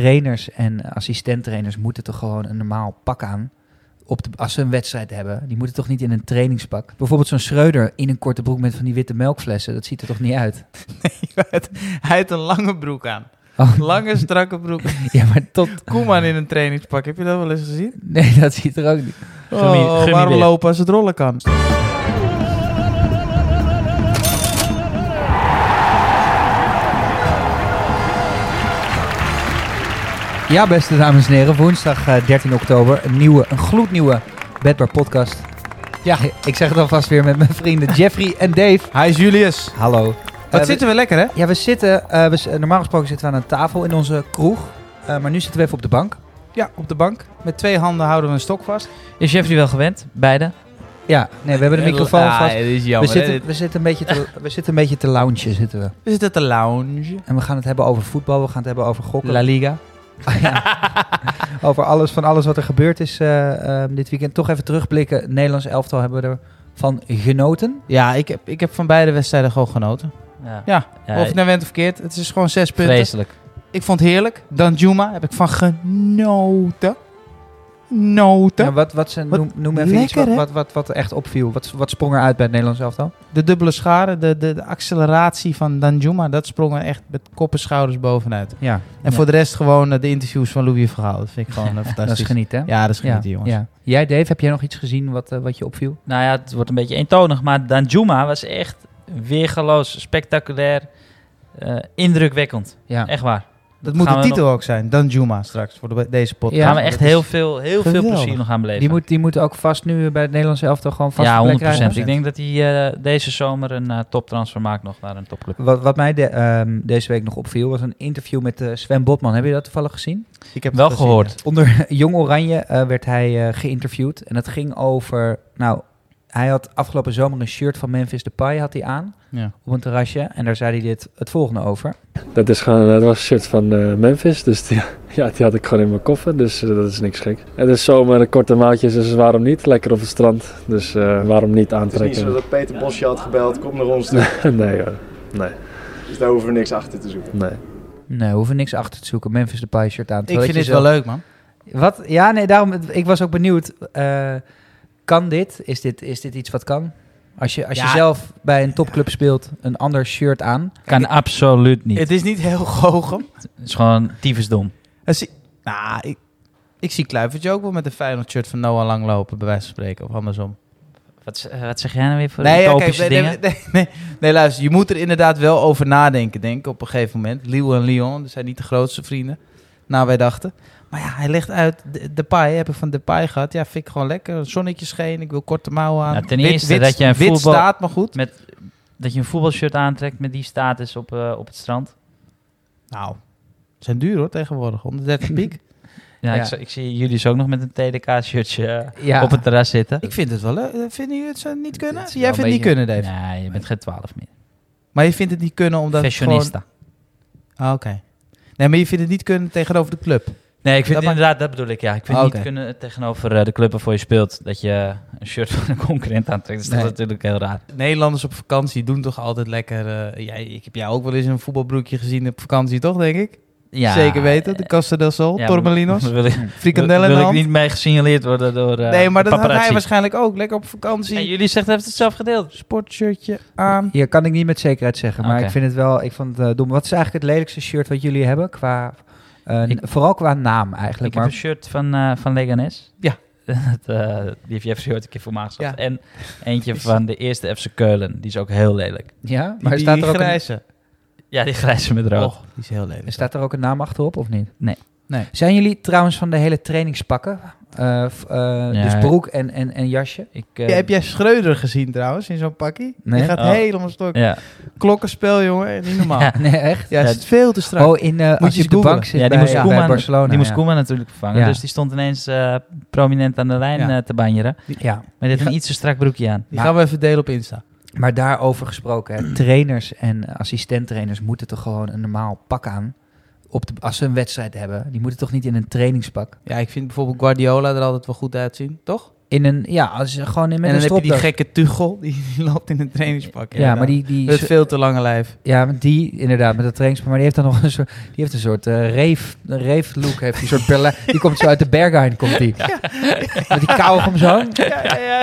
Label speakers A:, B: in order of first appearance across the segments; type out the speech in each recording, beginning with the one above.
A: trainers en assistenttrainers moeten toch gewoon een normaal pak aan. Op de, als ze een wedstrijd hebben, die moeten toch niet in een trainingspak. Bijvoorbeeld zo'n Schreuder in een korte broek met van die witte melkflessen, dat ziet er toch niet uit.
B: Hij heeft een lange broek aan.
A: Oh,
B: Lange, strakke broek.
A: ja, maar tot.
B: Koeman in een trainingspak. Heb je dat wel eens gezien?
A: Nee, dat ziet er ook niet.
C: Gummi-
B: Oh,
C: gummidicht.
B: waarom lopen als het rollen kan?
A: Ja, beste dames en heren, woensdag eh, 13 oktober, een nieuwe, een gloednieuwe Bedbar podcast. Ja, ik zeg het alvast weer met mijn vrienden Jeffrey en Dave.
B: Hi Julius.
A: Hallo.
B: Wat
A: Eh, we-
B: zitten we lekker hè?
A: Ja, we zitten, eh, we, z- eh, normaal gesproken zitten we aan een tafel in onze kroeg, eh, maar nu zitten we even op de bank.
B: Ja, op de bank. Met twee handen houden we een stok vast.
C: Is Jeffrey wel gewend? Beide?
A: Ja, nee, we hebben de microfoon
B: Ah,
A: vast.
B: dit is
A: We
B: jammer. hè?
A: zitten, we, zitten een beetje te, we zitten een beetje te loungen, zitten we.
B: We zitten te lounge.
A: En we gaan het hebben over voetbal, we gaan het hebben over gokken.
B: La Liga.
A: Ah, ja. Over alles, van alles wat er gebeurd is eh, eh, dit weekend. Toch even terugblikken. Nederlands elftal hebben we ervan genoten.
B: Ja, ik heb, ik heb van beide wedstrijden gewoon genoten.
C: Ja.
B: Ja,
C: Ja,
B: of het nou went of verkeerd. Het is gewoon zes punten.
C: Vreselijk.
B: Ik vond het heerlijk. Dan Juma heb ik van genoten. Noten.
A: Ja, wat, wat zijn,
B: Wat
A: noem, noem even iets
B: lekker,
A: wat,
B: hè?
A: wat, wat, wat echt opviel. Wat, wat sprong eruit bij het Nederlands elftal?
B: De dubbele schade, de, de, de acceleratie van Danjuma, dat sprong er echt met kop en schouders bovenuit.
A: Ja,
B: En
C: Ja.
B: voor de rest gewoon eh, de interviews van Louis Verhaal. Dat vind ik gewoon eh,
A: dat is
B: fantastisch.
A: genieten, hè?
B: ja, dat is genieten, jongens.
A: ja. Jij, Dave, heb jij nog iets gezien wat, eh, wat je opviel?
C: Nou ja, het wordt een beetje eentonig, maar Danjuma was echt weergeloos, spectaculair, eh, indrukwekkend.
A: Ja.
C: Echt waar.
B: Dat moet
C: Gaan
B: de
C: we
B: titel ook zijn. Danjuma straks voor de- deze podcast.
A: Ja,
C: Gaan we
A: dat
C: echt
A: is
C: heel veel, heel veel
B: geweldig.
C: plezier nog aan beleven.
A: Die moet, die moet ook vast nu bij het Nederlands elftal gewoon vast
C: ja,
A: een
C: 100%.
A: plek krijgen.
C: Ik denk dat hij eh, deze zomer een eh, toptransfer maakt nog naar een topclub.
A: Wat, wat mij de- ehm, deze week nog opviel was een interview met eh, Sven Botman. Heb je dat toevallig gezien?
B: Ik heb
C: Wel
B: het gezien,
C: gehoord.
A: Onder Jong Oranje eh, werd hij eh, geïnterviewd. En dat ging over. Nou, hij had afgelopen zomer een shirt van Memphis Depay had hij aan.
B: Ja.
A: Op een terrasje. En daar zei hij dit, het volgende over.
D: Dat, is gewoon, dat was een shirt van eh, Memphis, dus die, ja, die had ik gewoon in mijn koffer, dus eh, dat is niks gek. Het is zomer, korte mouwtjes, dus waarom niet? Lekker op het strand, dus eh, waarom niet
E: Het is niet
D: aantrekken?
E: zo dat Peter Bosje had gebeld, kom naar ons toe.
D: nee hoor,
E: Dus daar hoeven we niks achter te zoeken.
D: nee.
A: Nee, we hoeven niks achter te zoeken. Memphis Depay shirt aan.
B: Ik
A: Terwijl
B: vind
A: je
B: dit wel
A: zelf-
B: leuk, man.
A: Wat? Ja, nee, daarom. Ik was ook benieuwd. eh, kan dit? Is, dit? is dit iets wat kan? Als je, als je
B: Ja.
A: zelf bij een topclub speelt, een ander shirt aan.
C: Kan absoluut niet. Het
B: Het is niet heel goochem.
C: is gewoon tyfusdom.
B: Het zie- Nou, ik, ik zie Kluivertje ook wel met een Feyenoord shirt van Noah lang lopen, bij wijze van spreken. Of andersom.
C: Wat, z- eh, wat zeg jij nou weer voor
B: ja,
C: utopische
B: nee,
C: dingen?
B: nee, nee, nee, nee, luister. Je moet er inderdaad wel over nadenken, denk ik, op een gegeven moment. Lille en Lyon, dat zijn niet de grootste vrienden. Nou, wij dachten. Maar ja, hij legt uit. De Depay, heb ik van Depay gehad. Ja, vind ik gewoon lekker. Zonnetje scheen, ik wil korte mouwen aan.
C: Nou, ten eerste dat je een
B: wit
C: voetbal-
B: staat, maar goed.
C: Met, dat je een voetbalshirt aantrekt met die status op, eh, op het strand.
B: Nou, ze zijn duur hoor tegenwoordig. 130 piek.
C: Ja,
A: Ja.
C: Ik, z- ik zie jullie zo ook nog met een TDK-shirtje
A: Ja.
C: eh, op het terras zitten.
B: ik vind het wel leuk. Eh, Vinden jullie het zo niet kunnen?
A: Het is
B: Jij
A: wel
B: vindt het
A: een
B: niet
A: beetje-
B: kunnen, Dave.
C: Nee, je bent geen 12 meer.
B: Maar je vindt het niet kunnen omdat het gewoon...
C: Fashionista.
B: Ah, Oké. Nee, maar je vindt het niet kunnen tegenover de club.
C: Nee, ik vind
B: Dat maakt-
C: inderdaad, dat bedoel ik. Ja, ik vind
B: Oh,
C: niet
B: oké.
C: kunnen tegenover eh, de club waarvoor je speelt dat je een shirt van een concurrent aantrekt. Dus
A: Nee.
C: dat is natuurlijk heel raar.
B: Nederlanders op vakantie doen toch altijd lekker... eh, jij, ik heb jou ook wel eens in een voetbalbroekje gezien op vakantie, toch, denk ik?
C: Ja, eh,
B: Zeker weten. De Costa del Sol,
C: Ja,
B: Tormelinos,
C: wil ik,
B: frikandellen
C: wil
B: in de
C: ik
B: hand.
C: niet mee gesignaleerd worden door eh
B: nee, maar dat had
C: paparazzi.
B: hij waarschijnlijk ook. Lekker op vakantie,
C: En jullie zegt, hij heeft het zelf gedeeld.
B: sportshirtje aan.
A: Hier kan ik niet met zekerheid zeggen, maar
C: Ehm, Oké.
A: ik vind het wel, ik vond het eh, dom. Wat is eigenlijk het lelijkste shirt wat jullie hebben? Qua, eh,
C: Ik-
A: vooral qua naam eigenlijk.
C: Ik heb
A: Maar
C: een shirt van, eh van Leganes.
B: Ja.
C: Dat, eh, die heeft Jeffrey ooit een keer voor me aangezet.
B: Ja.
C: En eentje van de eerste FC Keulen. Die is ook heel lelijk.
A: Ja,
B: Die,
A: maar
B: die
A: staat, er ook een,
B: grijze.
C: Ja, die grijze met rood.
B: Oh, die is heel lelijk.
A: staat er ook een naam achterop of niet?
C: Nee.
B: Nee.
A: Zijn jullie trouwens van de hele trainingspakken? Eh, f- eh,
C: Nee.
A: Dus broek en, en, en jasje?
C: Ik, eh,
B: Ja, heb jij Schreuder gezien trouwens in zo'n pakkie?
A: Nee.
B: Die gaat
C: Oh.
B: helemaal stok.
C: ja.
B: Klokkenspel, jongen. Niet normaal.
C: Ja.
B: Ja,
A: Oh, Nee, echt?
B: het is veel te strak.
A: Oh, in, eh, als
B: je
A: je op de
B: googlen.
A: bank zit
C: ja, die
A: bij,
C: moest
A: bij
C: Koeman,
A: Barcelona.
C: die moest
A: ja.
C: Koeman natuurlijk vervangen.
A: Ja.
C: Dus die stond ineens eh, prominent aan de lijn
B: Ja.
C: eh, te banjeren.
A: Ja.
C: Maar dit
A: Ja.
C: een iets te strak broekje aan.
B: Die
A: Maar-
B: gaan we even delen op Insta.
A: Maar daarover gesproken, hè, trainers en assistenttrainers moeten toch gewoon een normaal pak aan. Op de, als ze een wedstrijd hebben, die moeten toch niet in een trainingspak.
B: Ja, ik vind bijvoorbeeld Guardiola er altijd wel goed uitzien, toch?
A: In een, ja, als, gewoon in, met
B: en dan
A: een
B: heb je die
A: stropdas.
B: gekke tuchel, die, die loopt in een trainingspak.
A: ja, maar die,
B: Het
A: die,
B: veel te lange lijf.
A: ja, maar die inderdaad, met dat trainingspak. Maar die heeft dan nog een soort, die heeft een soort eh reef, een reef look. Heeft die, soort Berlijn, die komt zo uit de Berghain, komt die. Met die kou om zo.
B: Ja, ja, ja.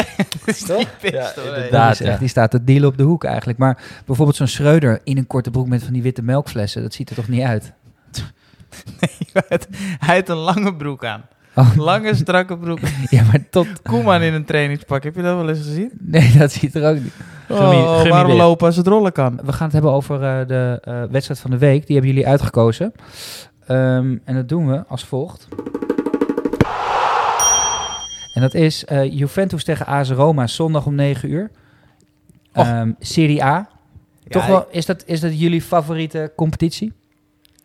C: Ja,
A: Dat
C: inderdaad.
A: is echt, die staat te dealen op de hoek eigenlijk. Maar bijvoorbeeld zo'n Schreuder in een korte broek met van die witte melkflessen, dat ziet er toch niet uit?
B: Hij heeft een lange broek aan.
A: Oh,
B: Lange, strakke broek.
A: ja, maar tot...
B: Koeman in een trainingspak. Heb je dat wel eens gezien?
A: Nee, dat ziet er ook niet.
C: Gummie-
B: Oh,
C: gummibeen.
B: waarom lopen als het rollen kan?
A: We gaan het hebben over eh, de eh, wedstrijd van de week. Die hebben jullie uitgekozen. Ehm, en dat doen we als volgt. En dat is eh, Juventus tegen AS Roma zondag om 9 uur.
B: Och.
A: Ehm, Serie A. Toch
B: Ja,
A: wel, is, dat, is dat jullie favoriete competitie?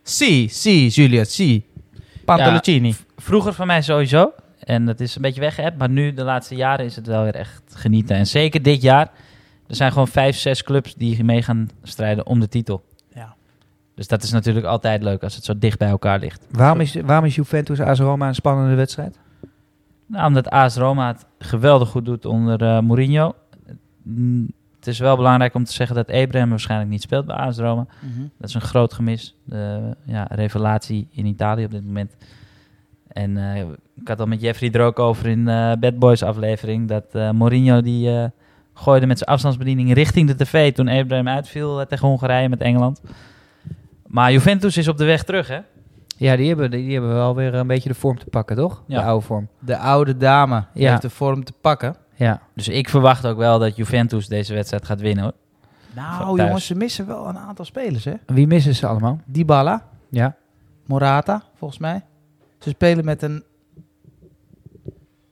B: Si, si, Juliet, si. Pantolacini.
C: Vroeger van mij sowieso. En dat is een beetje weggeëpt. Maar nu, de laatste jaren, is het wel weer echt genieten. En zeker dit jaar. Er zijn gewoon vijf, zes clubs die mee gaan strijden om de titel.
B: Ja.
C: Dus dat is natuurlijk altijd leuk als het zo dicht bij elkaar ligt.
A: Waarom is, waarom is Juventus AS Roma een spannende wedstrijd?
C: Nou, omdat AS Roma het geweldig goed doet onder eh, Mourinho. Mm, Het is wel belangrijk om te zeggen dat Abraham waarschijnlijk niet speelt bij AS Roma.
B: Mhm.
C: Dat is een groot gemis. De ja, revelatie in Italië op dit moment. En eh, ik had al met Jeffrey er ook over in eh Bad Boys aflevering. Dat eh, Mourinho die eh, gooide met zijn afstandsbediening richting de tv toen Abraham uitviel eh, tegen Hongarije met Engeland. Maar Juventus is op de weg terug, hè?
A: Ja, die hebben, die hebben wel weer een beetje de vorm te pakken, toch?
C: Ja.
A: De oude vorm.
B: De oude dame
A: Ja.
B: heeft de vorm te pakken.
A: Ja.
C: Dus ik verwacht ook wel dat Juventus deze wedstrijd gaat winnen, hoor. Van
B: Nou,
C: thuis.
B: jongens, ze missen wel een aantal spelers, hè?
A: Wie missen ze allemaal?
B: Dybala,
A: Ja.
B: Morata, volgens mij. Ze spelen met een...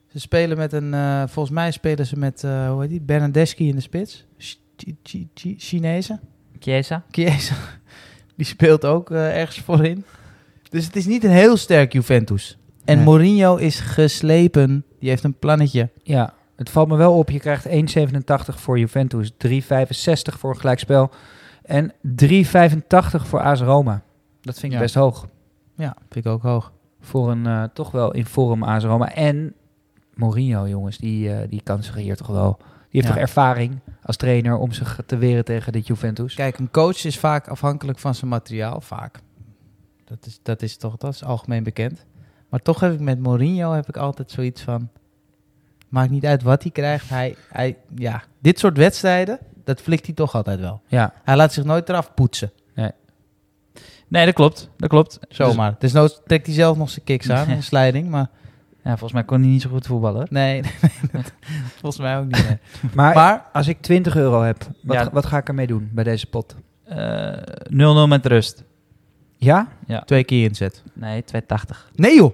B: Ze spelen met een... eh, volgens mij spelen ze met, eh, hoe heet die? Bernardeschi in de spits. Ch- Ch- Ch- Ch- Chinezen.
C: Chiesa?
B: Chiesa, die speelt ook eh, ergens voorin. Dus het is niet een heel sterk Juventus. En
A: Nee.
B: Mourinho is geslepen. Die heeft een plannetje.
A: Ja, het valt me wel op. Je krijgt 1,87 voor Juventus, 3,65 voor een gelijkspel en 3,85 voor AS Roma. Dat vind ik
B: Ja.
A: best hoog
B: Ja, vind ik ook hoog.
A: voor een eh, toch wel in vorm AS Roma. En Mourinho, jongens, die, eh, die kan zich hier toch wel... Die heeft
B: Ja.
A: toch ervaring als trainer om zich te weren tegen dit Juventus?
B: Kijk, een coach is vaak afhankelijk van zijn materiaal. Vaak. Dat is, dat is toch dat is algemeen bekend. Maar toch heb ik met Mourinho heb ik altijd zoiets van... Maakt niet uit wat hij krijgt. Hij, hij, ja, dit soort wedstrijden, dat flikt hij toch altijd wel.
A: Ja,
B: Hij laat zich nooit eraf poetsen.
C: Nee, dat klopt. Dat klopt. Dus-
B: Zomaar. Dus nooit trekt hij zelf nog zijn kicks aan. Een slijding, maar...
C: ja, volgens mij kon hij niet zo goed voetballen, hoor.
B: Nee, nee, nee, dat- volgens mij ook niet. nee.
A: maar,
B: Maar
A: als ik 20 euro heb, wat,
C: Ja.
A: wat ga ik ermee doen bij deze pot?
C: Eh, 0-0 met rust.
A: Ja,
B: twee keer inzet.
C: Nee, 2,80.
B: Nee joh.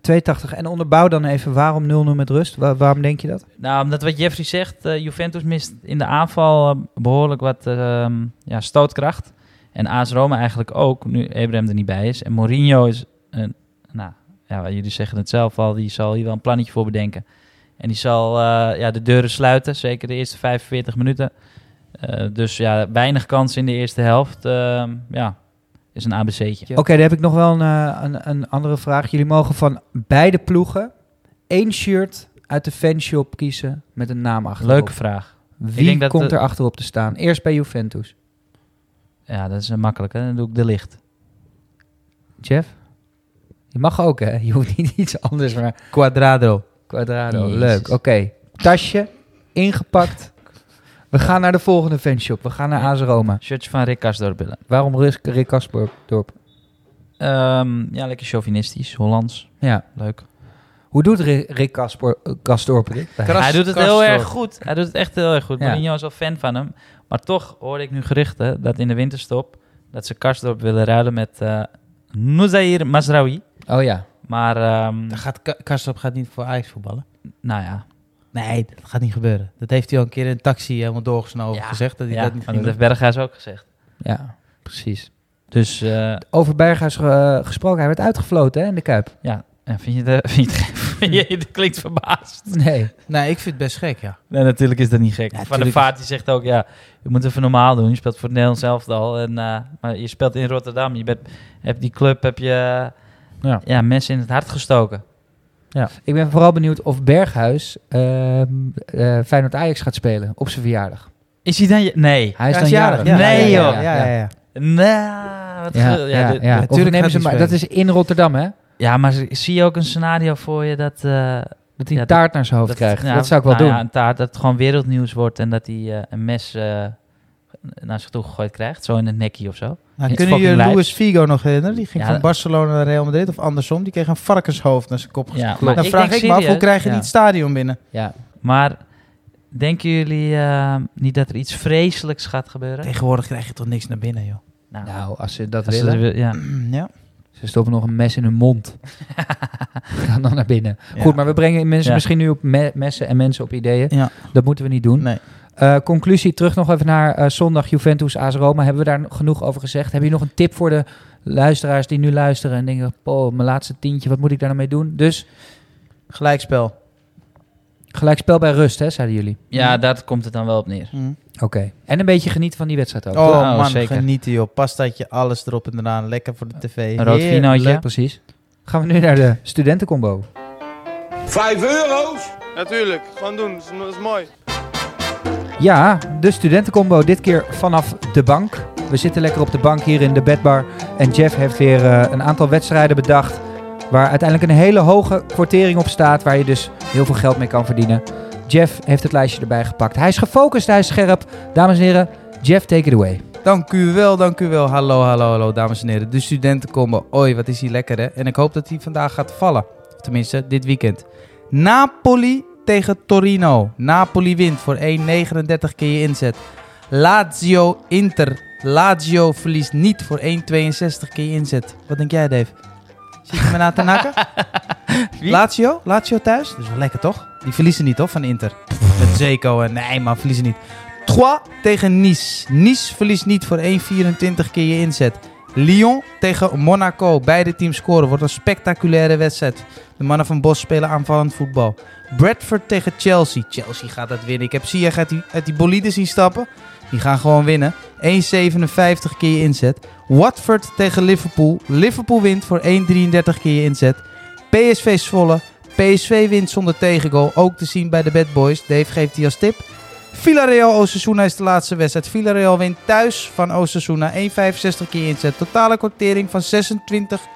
A: 2,80. En onderbouw dan even waarom 0-0 met rust? Wa- waarom denk je dat?
C: Nou, omdat wat Jeffrey zegt, eh, Juventus mist in de aanval eh, behoorlijk wat ehm, ja, stootkracht. En AS Roma eigenlijk ook, nu Abraham er niet bij is. En Mourinho is, een, nou ja, jullie zeggen het zelf al, die zal hier wel een plannetje voor bedenken. En die zal eh, ja, de deuren sluiten, zeker de eerste 45 minuten. Eh, dus ja, weinig kans in de eerste helft. Ehm, ja, is een ABC'tje.
A: Oké, dan heb ik nog wel een, eh, een, een andere vraag. Jullie mogen van beide ploegen één shirt uit de fanshop kiezen met een naam achterop.
C: Leuke vraag.
A: Wie
C: Ik denk dat
A: komt
C: de-
A: er achterop te staan? Eerst bij Juventus.
C: Ja, dat is een makkelijke. Dan doe ik de licht.
A: Jeff? Je mag ook, hè? Je hoeft niet iets anders, maar...
B: Quadrado.
A: Quadrado,
C: Jezus.
A: leuk. Oké, tasje, ingepakt. We gaan naar de volgende fanshop. We gaan naar AS Roma.
C: Shirtje van Rick Karsdorp willen.
A: Waarom Rus- Rick Kasperdorp?
C: Ehm, ja, lekker chauvinistisch, Hollands.
A: Ja.
C: Leuk.
A: Hoe doet Ri- Rick Kasper, eh, Karsdorp dit?
B: Kras-
C: hij doet het
B: Karsdorp.
C: heel erg goed. Hij doet het echt heel erg goed.
A: Ja.
C: Mourinho is wel fan van hem. Maar toch hoorde ik nu gerichten dat in de winterstop... dat ze Karsdorp willen ruilen met eh Nuzair Mazraoui.
A: Oh ja.
C: Maar, ehm,
B: Dan gaat Ka- Karstorp gaat niet voor Ajax voetballen.
C: nou ja.
B: Nee, dat gaat niet gebeuren. Dat heeft hij al een keer in een taxi helemaal doorgesnoven
C: Ja.
B: gezegd. Dat hij
C: ja
B: dat niet
C: dat
B: ging
C: heeft
B: doen.
C: Berghuis ook gezegd.
A: Ja, precies.
C: Dus eh,
A: Over Berghuis eh, gesproken, hij werd uitgefloten hè, in de Kuip.
C: ja, Ja, vind je dat... Vind je,
B: Hmm.
C: vind je- dat klinkt verbaasd.
A: Nee.
B: Nee, ik vind het best gek, ja.
C: Nee, natuurlijk is dat niet gek.
B: Ja,
C: Van de
B: tuurlijk
C: Vaart die zegt ook, ja, je moet even normaal doen. Je speelt voor het Nederlands elftal. En, eh, maar je speelt in Rotterdam. Je bent, hebt die club, heb je eh,
A: Ja.
C: ja. mensen in het hart gestoken. Ja.
A: Ik ben vooral benieuwd of Berghuis ehm eh, Feyenoord-Ajax gaat spelen op zijn verjaardag.
C: Is hij dan... je- Nee.
A: Hij is
B: Ja,
A: dan jarig.
B: ja.
C: Nee,
B: Ja,
C: joh.
B: Ja, ja, ja, ja.
C: Nou, wat
A: Ja, ja,
C: ge-
A: ja,
C: dit-
A: ja. Of
B: natuurlijk
A: nemen
B: gaat
A: ze
B: hij
A: maar, dat is in Rotterdam, hè?
C: Ja, maar z- zie je ook een scenario voor je dat... eh,
A: Dat hij
C: Ja,
A: een taart naar zijn hoofd krijgt.
C: nou,
A: dat zou ik wel
C: nou
A: doen.
C: Ja, een taart, dat het gewoon wereldnieuws wordt en dat hij eh, een mes eh, naar zich toe gegooid krijgt. Zo in het nekkie of zo.
B: Nou,
C: Ja,
B: kunnen jullie
C: fucking
B: Luis Figo nog herinneren? Die ging
C: Ja,
B: van Barcelona naar Real Madrid of andersom. Die kreeg een varkenshoofd naar zijn kop.
C: Ja,
B: Ja,
C: maar
B: dan
C: ik
B: vraag
C: denk
B: ik me af, hoe
C: serieus-
B: krijg je
C: ja.
B: die het stadion binnen?
A: Ja.
C: Maar denken jullie eh, niet dat er iets vreselijks gaat gebeuren?
B: Tegenwoordig krijg je toch niks naar binnen, joh.
C: Nou,
A: Nou, als ze dat
C: als ze
A: willen. Ze,
C: dat wil- ja.
B: Ja.
A: stoppen nog een mes in hun mond. Gaan dan naar binnen.
B: Ja.
A: Goed, maar we brengen mensen
C: Ja.
A: misschien nu op me- messen en mensen op ideeën.
B: Ja.
A: Dat moeten we niet doen.
B: Nee.
A: Eh, conclusie, terug nog even naar eh, zondag Juventus AS Roma. Hebben we daar nog genoeg over gezegd? Heb je nog een tip voor de luisteraars die nu luisteren en denken... Oh, mijn laatste tientje, wat moet ik daar nou mee doen? Dus
B: Gelijkspel.
A: gelijkspel bij rust, hè, zeiden jullie.
C: ja, daar komt het dan wel op neer.
B: Hm.
A: Oké. En een beetje genieten van die wedstrijd ook.
B: Oh,
C: Oh,
B: man,
C: zeker.
B: genieten joh. Pastaatje, alles erop en eraan. Lekker voor de tv.
C: Een rood
B: Heerlijk.
C: vinootje.
A: Precies. Gaan we nu naar de studentencombo.
F: Vijf euro's?
G: Natuurlijk, gewoon doen, dat is, dat is mooi.
A: Ja, de studentencombo dit keer vanaf de bank. We zitten lekker op de bank hier in de bedbar. En Jeff heeft weer eh, een aantal wedstrijden bedacht. Waar uiteindelijk een hele hoge kwartering op staat. Waar je dus heel veel geld mee kan verdienen. Jeff heeft het lijstje erbij gepakt. Hij is gefocust, hij is scherp. Dames en heren, Jeff, take it away.
B: Dank u wel, dank u wel. Hallo, hallo, hallo, dames en heren. De studenten komen. Oei, wat is die lekker, hè? En ik hoop dat hij vandaag gaat vallen. Of Tenminste, dit weekend. Napoli tegen Torino. Napoli wint voor 1,39 keer je inzet. Lazio Inter. Lazio verliest niet voor 1,62 keer je inzet. Wat denk jij, Dave? Zit je me na te nakken?
C: Wie?
B: Lazio? Lazio thuis? Dat is wel lekker, toch? Die verliezen niet, toch, van Inter? Met Zeko en... Nee, man, verliezen niet. Troyes tegen Nice. Nice verliest niet voor 1,24 keer je inzet. Lyon tegen Monaco. Beide teams scoren. Wordt een spectaculaire wedstrijd. De mannen van Bos spelen aanvallend voetbal. Bradford tegen Chelsea. Chelsea gaat dat winnen. Ik heb Ziyech uit die, uit die bolide zien stappen. Die gaan gewoon winnen. 1,57 keer je inzet. Watford tegen Liverpool. Liverpool wint voor 1,33 keer je inzet. PSV Zwolle. PSV wint zonder tegengoal. Ook te zien bij de Bad Boys. Dave geeft die als tip. Villarreal Osasuna is de laatste wedstrijd. Villarreal wint thuis van Osasuna 1,65 keer inzet. Totale kortering van 26,49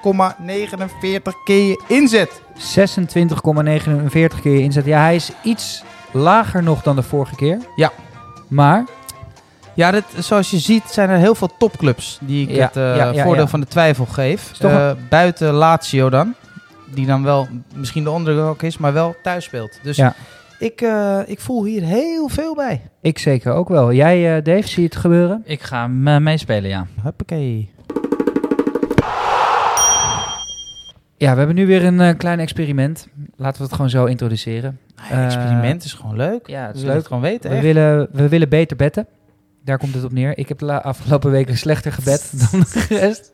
B: keer inzet.
A: 26,49 keer je inzet. Ja, hij is iets lager nog dan de vorige keer.
B: Ja.
A: Maar
B: Ja, dit, zoals je ziet zijn er heel veel topclubs die ik
A: Ja,
B: het eh,
A: ja, ja,
B: voordeel
A: ja.
B: van de twijfel geef.
A: Is toch
B: Eh, buiten Lazio dan. Die dan wel misschien de onderdruk is, maar wel thuis speelt. Dus
A: Ja.
B: ik, eh, ik voel hier heel veel bij.
A: ik zeker ook wel. Jij, eh, Dave, zie je het gebeuren?
C: Ik ga hem eh, meespelen, ja.
B: Huppakee.
A: Ja, we hebben nu weer een eh, klein experiment. Laten we het gewoon zo introduceren.
C: Ah,
B: Het Nou experiment is gewoon Eh, leuk.
A: Ja, het is
B: We willen
A: leuk.
B: het gewoon weten.
A: We
B: echt.
A: willen, we willen beter betten. Daar komt het op neer. Ik heb de la- afgelopen weken slechter gebed dan de rest.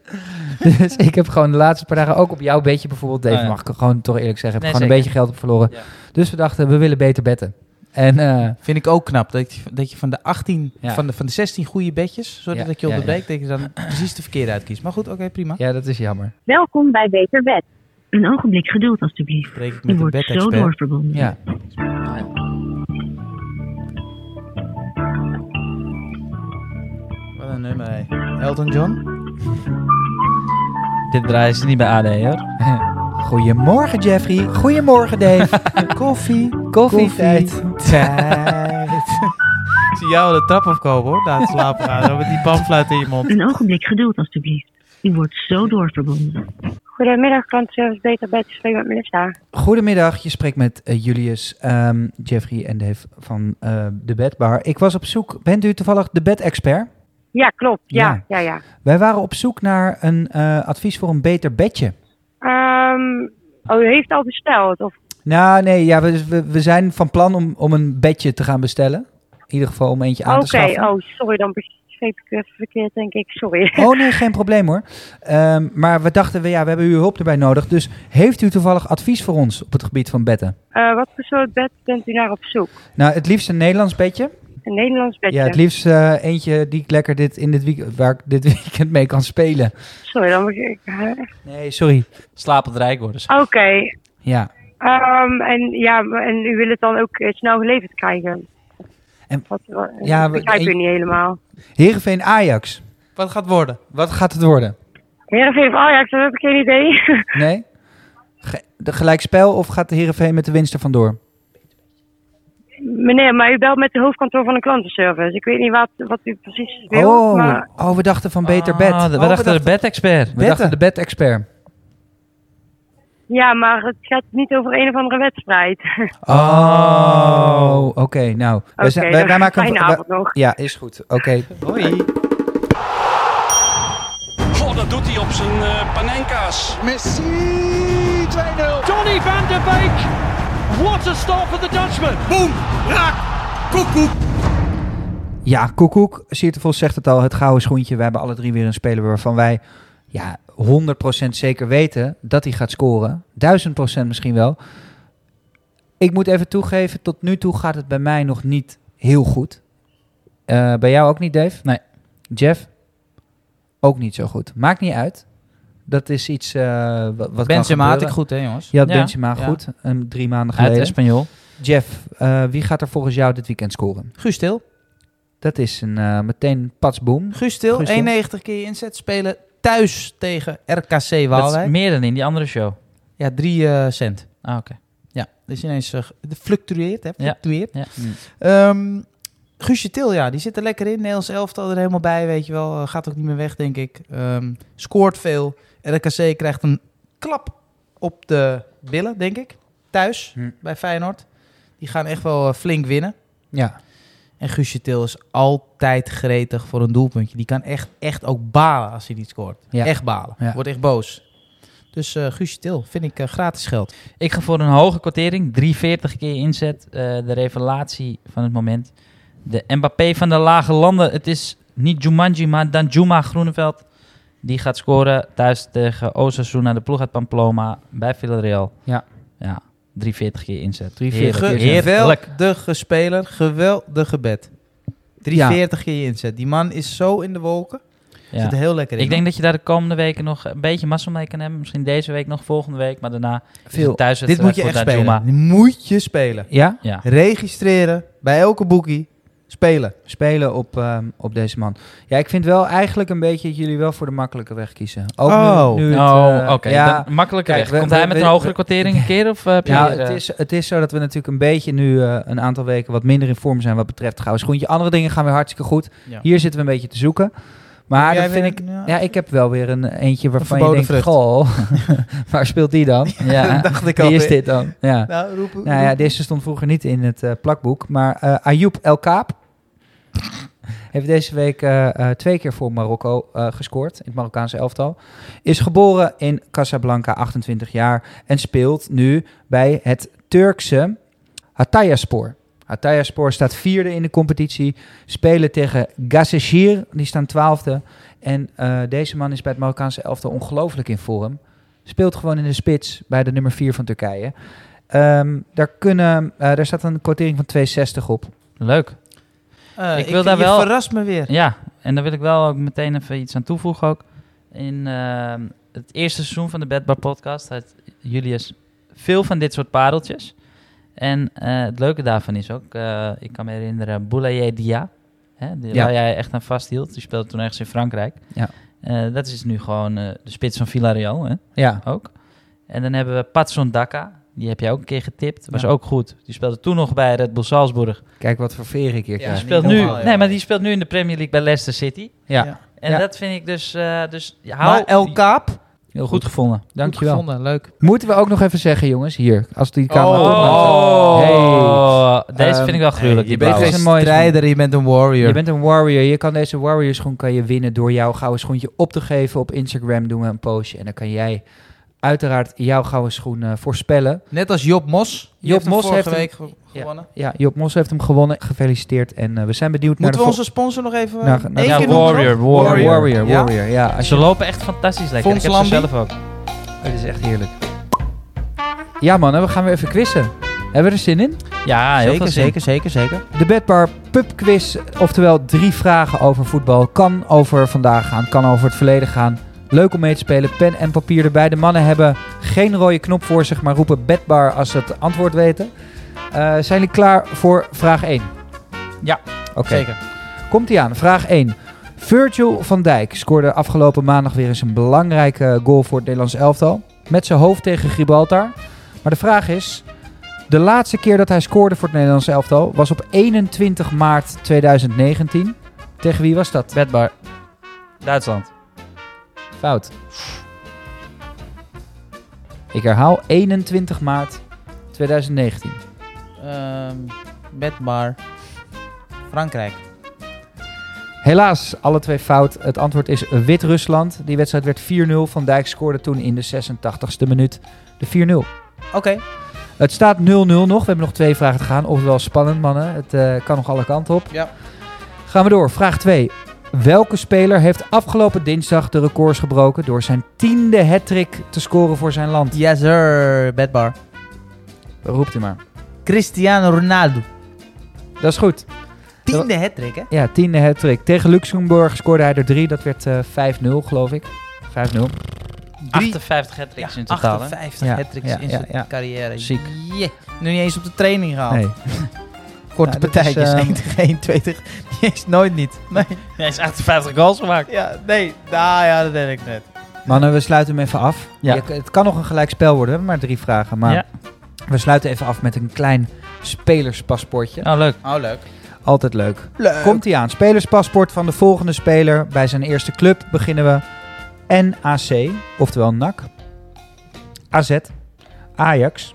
A: Dus ik heb gewoon de laatste paar dagen ook op jouw beetje bijvoorbeeld, Dave,
C: Oh ja.
A: mag ik gewoon toch eerlijk zeggen, heb
C: Nee,
A: gewoon een
C: zeker.
A: beetje geld op verloren.
C: Ja.
A: Dus we dachten, we willen beter betten. En eh,
B: Vind ik ook knap. Dat je, dat je van de 18,
A: Ja.
B: van, de, van de 16 goede bedjes, zodat
A: Ja,
B: ik je
A: ja,
B: onderbreekt, dat je dan precies de verkeerde uitkiest. Maar goed, oké, prima.
A: ja, dat is jammer.
H: Welkom bij Beter Bed. Een ogenblik geduld alstublieft.
B: Spreek ik
H: U
B: met de
H: wordt zo
B: bedexpert.
H: doorverbonden.
A: Ja.
B: Wat een nummer, hé. Elton John?
C: Dit draaien ze niet bij AD, hoor.
A: Goedemorgen Jeffrey. Goedemorgen Dave.
B: Koffie.
A: Koffietijd.
B: Tijd. Ik zie
A: Oh,
B: jou de trap afkomen, hoor. Na het slapen gaan. Zo Met die pamfluit in je mond.
H: Een ogenblik geduld alstublieft. U wordt zo doorverbonden.
I: Goedemiddag, klantenservice Beter Bed. Je spreekt met Melissa.
A: Goedemiddag, je spreekt met eh, Julius, ehm, Jeffrey en Dave van eh, de Bedbar. Ik was op zoek, bent u toevallig de bedexpert?
I: Ja, klopt. Ja, ja, ja.
A: Wij waren op zoek naar een eh, advies voor een beter bedje.
I: Ehm, oh, u heeft al besteld? Of,
A: Nou, nee, ja, we, we, we zijn van plan om, om een bedje te gaan bestellen. In ieder geval om eentje aan
I: oké,
A: te schaffen.
I: oh, sorry, dan begreep ik het verkeerd, denk ik. Sorry.
A: Oh nee, geen probleem hoor. Ehm, maar we dachten, we, ja, we hebben uw hulp erbij nodig. Dus heeft u toevallig advies voor ons op het gebied van bedden?
I: Eh, wat voor soort bed bent u naar op zoek?
A: Nou, het liefst een Nederlands bedje.
I: Een Nederlands bedje?
A: Ja, het liefst eh, eentje die ik lekker dit, in dit week, waar ik dit weekend mee kan spelen.
I: Sorry, dan begreep ik... eh,
A: Nee, sorry.
C: Slapend rijk worden ze.
I: Oké,
A: Ja,
I: Ehm, en, ja, en u wil het dan ook eh, snel geleverd krijgen.
A: En-
I: Wat-
A: Ja,
I: dat
A: we-
I: begrijp
A: en-
I: ik niet helemaal.
A: Heerenveen Ajax.
B: Wat gaat worden?
A: Wat gaat het worden?
I: Heerenveen of Ajax, dat heb ik geen idee.
A: Nee? Ge- de gelijkspel of gaat de Heerenveen met de winst er vandoor?
I: Meneer, maar u belt met de hoofdkantoor van de klantenservice. Ik weet niet wat, wat u precies wil.
A: Oh,
I: maar,
A: oh, we dachten van beter bed.
C: Ah,
A: Oh,
C: we dachten de bed-expert.
A: we dachten de bed-expert.
I: ja, maar het gaat niet over een of andere wedstrijd.
A: Oh, oké. nou, we
I: Oké,
A: zijn-
I: dan fijne
A: we-
I: avond nog.
A: Ja, is goed. Oké.
B: Hoi.
J: Goh, dat doet hij op zijn eh, panenka's.
F: Messi 2-0.
J: Donny van de Beek. What a stop for the Dutchman.
F: Boom. Raak. Koekoek.
A: Ja, Koekoek, Siertevos zegt het al, het gouden schoentje. We hebben alle drie weer een speler waarvan wij ja, 100% zeker weten dat hij gaat scoren. 1000% misschien wel. Ik moet even toegeven, tot nu toe gaat het bij mij nog niet heel goed. Eh, bij jou ook niet, Dave?
C: Nee.
A: Jeff? Ook niet zo goed. Maakt niet uit. Dat is iets eh wat, wat
B: Benzema
A: kan
B: had ik
A: gebeuren.
B: goed, hè jongens?
A: Je had
C: Ja,
A: Benzema
B: ja.
A: goed, een drie maanden
C: Uit
A: geleden.
C: Espanyol.
A: Jeff, eh, wie gaat er volgens jou dit weekend scoren?
B: Guus Til.
A: Dat is een, eh, meteen patsboom.
B: Guus Til,
A: Guus Til.
B: 1,90 keer je inzet spelen. Thuis tegen RKC
C: Dat is
B: Waalwijk.
C: meer dan in die andere show.
B: Ja, 3 eh, cent.
C: Ah, oké.
B: Ja, dus ineens eh, de fluctueert, hè?
C: Ja.
B: Fluctueert.
C: Ja.
B: Ehm, Guusje Til, ja, die zit er lekker in. Nederlands elftal er helemaal bij, weet je wel. Eh, Gaat ook niet meer weg, denk ik. Ehm, scoort veel. RKC krijgt een klap op de billen, denk ik. Thuis,
A: Hm.
B: bij Feyenoord. Die gaan echt wel eh, flink winnen.
A: Ja.
B: En Guusje Til is altijd gretig voor een doelpuntje. Die kan echt, echt ook balen als hij niet scoort.
A: Ja.
B: Echt balen.
A: Ja.
B: Wordt echt boos. Dus eh Guusje Til vind ik eh, gratis geld.
C: Ik ga voor een hoge kwartering. 340 keer inzet. eh, de revelatie van het moment. De Mbappé van de lage landen. Het is niet Jumanji, maar Danjuma Groeneveld. Die gaat scoren thuis tegen Osasuna, de ploeg uit Pamplona, bij Villarreal.
A: Ja.
C: Ja, 340 keer inzet.
A: 340 keer inzet.
C: Heerlijk.
B: Geweldige speler, geweldige bed. 340 keer je inzet. Die man is zo in de wolken.
C: Ja.
B: Zit er heel lekker in.
C: Ik denk dat je daar de komende weken nog een beetje massa mee kan hebben. Misschien deze week nog, volgende week, maar daarna
A: Veel.
C: thuis
B: Dit moet je echt spelen. Dit moet je spelen.
A: Ja,
C: eh, Ja.
B: Registreren bij elke boekie. Spelen.
A: spelen op, ehm, op deze man. Ja, ik vind wel eigenlijk een beetje dat jullie wel voor de makkelijke weg kiezen. Ook nu-
B: Oh.
A: nu, het,
C: Oh,
A: eh,
C: oké.
A: Ja,
C: dan Makkelijker
A: Kijk,
C: weg.
A: we-
C: Komt
A: we-
C: hij met
A: we-
C: een hogere kwartering een keer? Of, eh, heb je
A: ja,
C: hier,
A: het,
C: eh,
A: is, het is zo dat we natuurlijk een beetje nu eh, een aantal weken wat minder in vorm zijn wat betreft gouden schoentje. Andere dingen gaan weer hartstikke goed.
B: Ja.
A: Hier zitten we een beetje te zoeken. Maar
B: Jij
A: dan vind ik...
B: weer- ja.
A: Ja, ik heb wel weer een eentje waarvan je
B: verboden
A: denkt, goh, waar speelt die dan?
B: Dat
A: Ja,
B: dacht ik al.
A: wie is dit dan? Ja.
B: Nou, roepen.
A: Nou ja, deze stond vroeger niet in het eh, plakboek. Maar eh Ayoub El Kaap heeft deze week eh, eh, twee keer voor Marokko eh, gescoord. In het Marokkaanse elftal. Is geboren in Casablanca, 28 jaar. En speelt nu bij het Turkse Hatayspor. Hatayspor staat vierde in de competitie. Spelen tegen Gassachir, die staan twaalfde. En eh, deze man is bij het Marokkaanse elftal ongelooflijk in vorm. Speelt gewoon in de spits bij de nummer 4 van Turkije. Ehm, daar, kunnen, eh, daar staat een quotering van 2,60 op.
C: Leuk.
B: Eh,
C: ik
B: ik
C: wil daar
B: je
C: wel-
B: verrast me weer.
C: Ja, en daar wil ik wel ook meteen even iets aan toevoegen ook. In ehm, het eerste seizoen van de Bedbar podcast had Julius veel van dit soort pareltjes. En eh, het leuke daarvan is ook, eh, ik kan me herinneren, Boulaye Dia, hè, die,
A: Ja.
C: waar jij echt aan vasthield. Die speelde toen ergens in Frankrijk.
A: Ja.
C: Eh, dat is nu gewoon eh, de spits van Villarreal hè,
A: Ja.
C: ook. En dan hebben we Patson Daka, die heb jij ook een keer getipt. Was
A: Ja.
C: ook goed. Die speelde toen nog bij Red Bull Salzburg.
A: Kijk wat voor veer ik hier
B: Ja,
A: krijg.
B: niet
C: speelt nu,
B: normaal, joh.
C: nee, maar die speelt nu in de Premier League bij Leicester City.
A: Ja.
B: Ja.
C: En
A: Ja.
C: dat vind ik dus... eh dus ja, hou,
B: Maar El Kaap.
A: Heel
C: Goed gevonden.
A: Dankjewel.
B: Goed gevonden, leuk.
A: Moeten we ook nog even zeggen, jongens, hier, als die camera
B: Oh.
A: toch nog-
C: Oh, deze
A: Ehm,
C: vind ik wel gruwelijk.
B: je
C: die
B: bent
A: blauwe.
B: geen
A: Is een mooie
B: strijder, je bent een warrior.
A: Je bent een warrior. Je kan deze warrior schoen kan je winnen door jouw gouden schoentje op te geven. Op Instagram doen we een postje en dan kan jij uiteraard jouw gouden schoen eh, voorspellen.
B: Net als Job Mos. Die
A: Job
B: hem
A: Mos
B: vorige
A: heeft
B: week ge-
A: Ja.
B: gewonnen.
A: Ja, Job Mos heeft hem gewonnen. Gefeliciteerd en eh, we zijn benieuwd
B: Moeten we
A: naar de
B: onze sponsor nog even...
A: Naar-
B: één
A: naar-
B: keer
C: Ja,
B: noemen nog?
C: warrior,
A: vol-
C: warrior.
A: warrior. Warrior,
B: Ja?
A: warrior, ja. als
C: Ze
A: je-
C: lopen echt fantastisch lekker.
B: Fons
C: ik heb ze
B: Lambie.
C: zelf ook.
A: Het is echt heerlijk. Ja man, we gaan weer even quizzen. Hebben we er zin in?
C: Ja, heel
B: Zeker,
C: veel zin.
B: zeker, zeker, zeker.
A: De Bedbar pubquiz, oftewel drie vragen over voetbal. Kan over vandaag gaan, kan over het verleden gaan. Leuk om mee te spelen. Pen en papier erbij. De mannen hebben geen rode knop voor zich, maar roepen bedbar als ze het antwoord weten. Eh, zijn jullie klaar voor vraag 1?
B: Ja,
A: Oké.
B: Zeker.
A: Komt ie aan. Vraag 1. Virgil van Dijk scoorde afgelopen maandag weer eens een belangrijke goal voor het Nederlands elftal. Met zijn hoofd tegen Gibraltar. Maar de vraag is, de laatste keer dat hij scoorde voor het Nederlands elftal was op 21 maart 2019. Tegen wie was dat?
C: Bedbar. Duitsland.
A: Fout. Ik herhaal 21 maart 2019.
B: Ehm bedbar. Frankrijk.
A: Helaas, alle twee fout. Het antwoord is Wit-Rusland. Die wedstrijd werd 4-0. Van Dijk scoorde toen in de 86e minuut de 4-0.
B: Oké.
A: Het staat 0-0 nog. We hebben nog twee vragen te gaan. Oftewel spannend, mannen. Het eh, kan nog alle kanten op.
B: Ja.
A: Gaan we door. Vraag 2. Welke speler heeft afgelopen dinsdag de records gebroken door zijn tiende hat-trick te scoren voor zijn land?
B: Yes sir, bedbar.
A: Roept u maar.
B: Cristiano Ronaldo.
A: Dat is goed.
B: Tiende hattrick, hè?
A: Ja, tiende hat-trick. Tegen Luxemburg scoorde hij er drie. Dat werd eh, 5-0, geloof ik. 5-0.
C: 58 hat-tricks in totaal, hè?
B: 58
A: Ja,
B: hattricks
A: ja,
B: in
A: ja,
B: zijn
A: ja.
B: carrière.
A: Ziek.
B: Yeah. Nu niet eens op de training gehaald.
A: Nee.
B: Korte
A: Ja, dat
B: partijtjes,
A: is, ehm,
B: 1 1, 2 tegen... Niet eens, nooit niet. Nee.
C: Hij is 58 goals gemaakt.
B: Ja, nee. Nou ja, dat denk ik net.
A: Mannen, we sluiten hem even af.
C: Ja.
A: Je- het kan nog een gelijk spel worden. We hebben maar drie vragen. Maar
C: Ja.
A: we sluiten even af met een klein spelerspaspoortje.
C: Oh, leuk.
B: Oh, leuk.
A: Altijd leuk.
B: Leuk.
A: Komt hij aan. Spelerspaspoort van de volgende speler. Bij zijn eerste club beginnen we NAC, oftewel NAC. AZ. Ajax.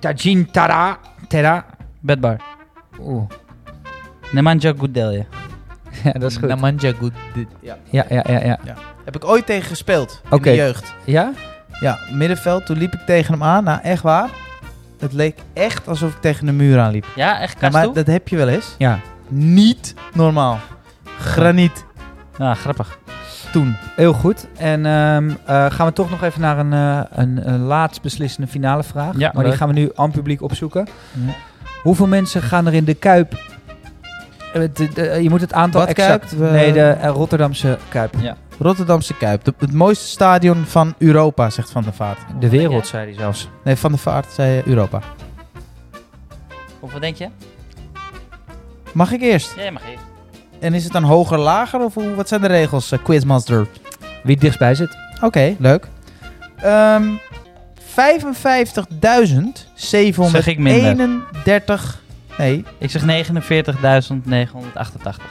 A: Tajin Tara. Tera.
C: Bedbar.
A: Oeh,
C: Nemanja Goudelje.
A: ja, dat is goed.
B: Namanja Good. Ja.
A: Ja, ja, ja, ja.
B: Heb ik ooit tegen gespeeld. In
A: Oké.
B: de jeugd.
A: Ja?
B: Ja, middenveld. Toen liep ik tegen hem aan. Nou, echt waar. Het leek echt alsof ik tegen de muur aanliep. Ja,
C: Ja, echt kast
B: maar dat heb je wel eens.
A: Ja.
B: Niet normaal. Graniet.
C: Nou, grappig.
B: Toen.
A: Heel goed. En ehm, eh, gaan we toch nog even naar een, eh, een, een laatst beslissende finale vraag.
C: Ja,
A: maar die
C: leuk.
A: gaan we nu aan het publiek opzoeken.
C: Ja.
A: Hoeveel mensen gaan er in de Kuip... Eh, de- de- eh, je moet het aantal
B: Wat
A: exact...
B: Kuip? We-
A: Nee, de eh, Rotterdamse Kuip.
B: Rotterdamse Kuip. De- het mooiste stadion van Europa, zegt Van der Vaart.
A: De wereld, zei hij zelfs.
B: Nee, Van der Vaart zei eh, Europa.
C: Hoeveel denk je?
B: Mag ik eerst?
C: Jij mag eerst.
B: En is het dan hoger, lager of hoe, wat zijn de regels, eh, Quizmaster?
A: Wie het dichtstbij zit.
B: Oké, leuk. Ehm 55.731...
C: Zeg ik minder.
B: Nee,
C: Ik zeg 49.988.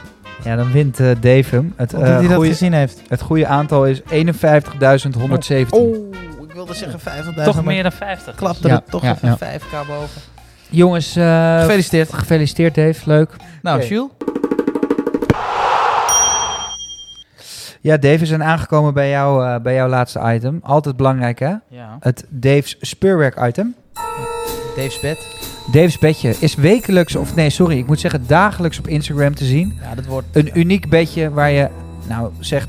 A: Ja, dan wint eh Dave hem. Het,
B: omdat hij
A: eh
B: dat
A: goede,
B: gezien heeft.
A: het goede aantal is 51.117.
B: Oh, ik wilde zeggen 50.000.
C: Toch
B: maar
C: meer
B: ik
C: dan 50.
B: Klapte
A: Ja,
B: er toch
A: ja,
B: even
A: ja.
B: 5k boven.
A: Jongens, eh,
B: Gefeliciteerd.
A: gefeliciteerd Dave. Leuk.
B: Nou,
A: Oké.
B: Jules.
A: Ja, Dave, we zijn aangekomen bij, jou, eh, bij jouw laatste item. Altijd belangrijk, hè?
C: Ja.
A: Het Dave's speurwerk-item.
B: Dave's bed.
A: Dave's bedje is wekelijks, of nee, sorry, ik moet zeggen dagelijks op Instagram te zien.
B: Ja, dat wordt...
A: Een uniek bedje waar je, nou zeg 90%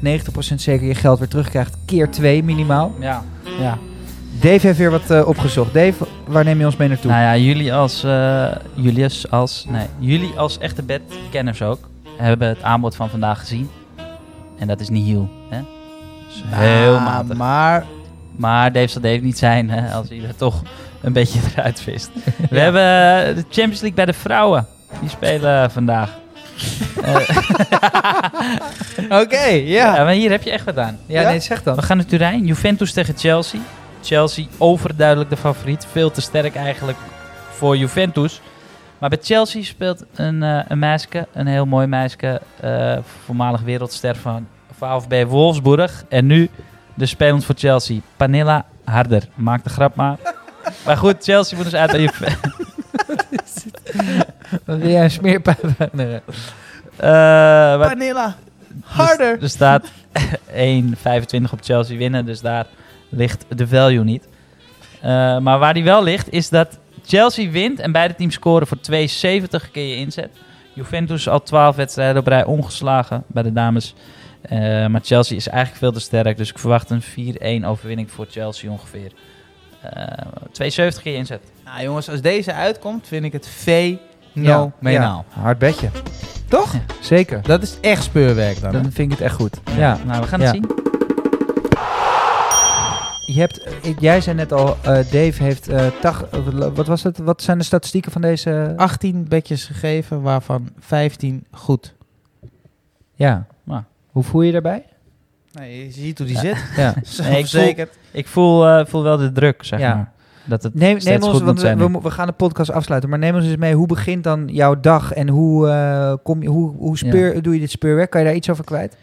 A: zeker, je geld weer terugkrijgt. Keer 2 minimaal.
C: Ja.
A: Ja. Dave heeft weer wat eh, opgezocht. Dave, waar neem je ons mee naartoe?
C: Nou ja, jullie als, eh, jullie als, als, nee, jullie als echte bedkenners ook hebben het aanbod van vandaag gezien. En dat is niet heel, hè? Dus heel
B: Ah,
C: matig.
B: Maar
C: Maar Dave zal Dave niet zijn hè, als hij er toch een beetje eruit vist. We hebben eh, de Champions League bij de vrouwen. Die spelen vandaag.
B: Oké,
C: Ja.
B: ja.
C: maar hier heb je echt wat aan.
A: ja,
B: ja?
A: nee, zeg dan.
C: We gaan naar Turijn. Juventus tegen Chelsea. Chelsea overduidelijk de favoriet. Veel te sterk eigenlijk voor Juventus. Maar bij Chelsea speelt een, eh, een meisje, een heel mooi meisje. eh, voormalig wereldster van VfB Wolfsburg. En nu de spelend voor Chelsea. Panilla Harder. Maak de grap maar. Maar goed, Chelsea moet dus uit aan Juventus.
A: Dan wil jij een smeerpijp herinneren.
C: Eh, maar
B: Vanilla. Harder.
C: Er, er staat 1,25 op Chelsea winnen, dus daar ligt de value niet. Eh, maar waar die wel ligt, is dat Chelsea wint en beide teams scoren voor 2,70 keer je inzet. Juventus al 12 wedstrijden op rij ongeslagen bij de dames. Eh, maar Chelsea is eigenlijk veel te sterk, dus ik verwacht een 4-1 overwinning voor Chelsea ongeveer. Eh 2,70 keer je inzet.
B: Nou jongens, als deze uitkomt, vind ik het fenomenaal.
A: Ja, hard bedje.
B: Toch?
A: Zeker.
B: Dat is echt speurwerk dan. hè?
A: Dan vind ik het echt goed. Ja.
C: Nou, we gaan
A: Ja.
C: het zien.
A: je hebt, ik- jij zei net al, eh, Dave heeft eh tach- wat was het? Wat zijn de statistieken van deze?
B: Ah. 18 bedjes gegeven, waarvan 15 goed.
A: Ja.
C: Maar.
A: Hoe voel je je daarbij?
B: Nee, je ziet hoe die zit.
A: Ja.
C: Nee, ik voel- Ik voel, eh, voel wel de druk, zeg
A: Ja.
C: maar. Dat het
A: Neem, neem ons,
C: steeds goed
A: want
C: moet
A: we,
C: zijn.
A: we, mo- we gaan de podcast afsluiten, maar neem ons eens mee. Hoe begint dan jouw dag en hoe, eh, kom je, hoe, hoe speur, doe je dit speurwerk? Kan je daar iets over kwijt?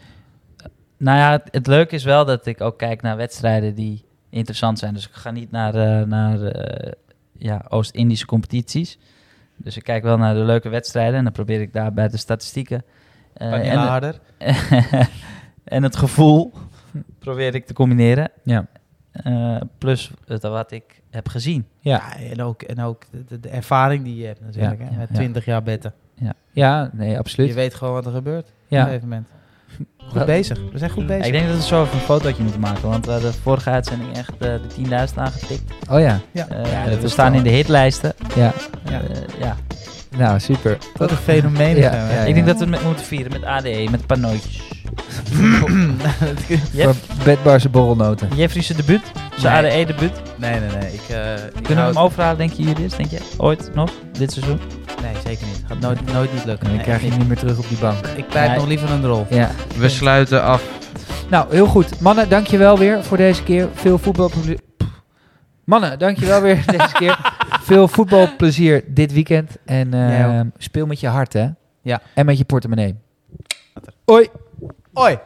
C: Nou ja, het, het leuke is wel dat ik ook kijk naar wedstrijden die interessant zijn. Dus ik ga niet naar, eh, naar eh, ja, Oost-Indische competities. Dus ik kijk wel naar de leuke wedstrijden en dan probeer ik daar bij de statistieken. eh,
B: Kan niet
C: en,
B: harder.
C: en het gevoel probeer ik te combineren.
A: Ja.
C: Eh, plus het, wat ik heb gezien.
A: Ja.
B: Ja, en ook, en ook de- de, de ervaring die je hebt natuurlijk.
C: Ja,
B: hè,
C: ja,
B: met
C: ja. Dus-
B: 20 jaar betten.
A: Ja, nee, absoluut.
B: Je weet gewoon wat er gebeurt
A: Ja.
B: op een gegeven moment. Goed
C: Wel-
B: bezig. We zijn goed bezig.
C: Ik denk dat we zo even een fotootje moeten maken. Want we hadden vorige uitzending echt eh, de 10.000 aangetikt.
A: Oh ja,
B: ja.
C: Eh,
B: Ja, dat
C: we
B: is
C: staan
B: wel-
C: in de hitlijsten.
A: ja.
B: Ja.
C: Eh, ja.
A: Nou, super.
B: Wat een
A: Ja,
B: fenomeen. is dat,
A: ja,
B: hè?
A: ja.
C: Ik denk dat we het met- moeten vieren met ADE, met panootjes. Jeff-
A: Voor Bedbarse borrelnoten.
C: Jeffrey's debuut, zijn
B: Nee.
C: ADE-debuut.
B: Nee, nee, nee. Ik, eh, ik
C: Kunnen we
B: hou-
C: hem overhalen, denk je, hier is? Denk je ooit nog, dit seizoen?
B: Nee, zeker niet. Gaat nooit, nooit niet lukken.
A: En dan
B: Nee,
A: krijg
B: echt
A: je hem niet meer terug op die bank.
B: niet. Ik pleit
C: Nee.
B: nog liever een rol.
A: Ja.
B: We sluiten af.
A: Nou, heel goed. Mannen, dankjewel weer voor deze keer. Veel voetbalplezier. Pff. Mannen, dankjewel weer deze keer. Veel voetbalplezier dit weekend. En eh,
B: Jij
A: speel met je hart, hè?
B: Ja.
A: En met je portemonnee.
B: Hoi!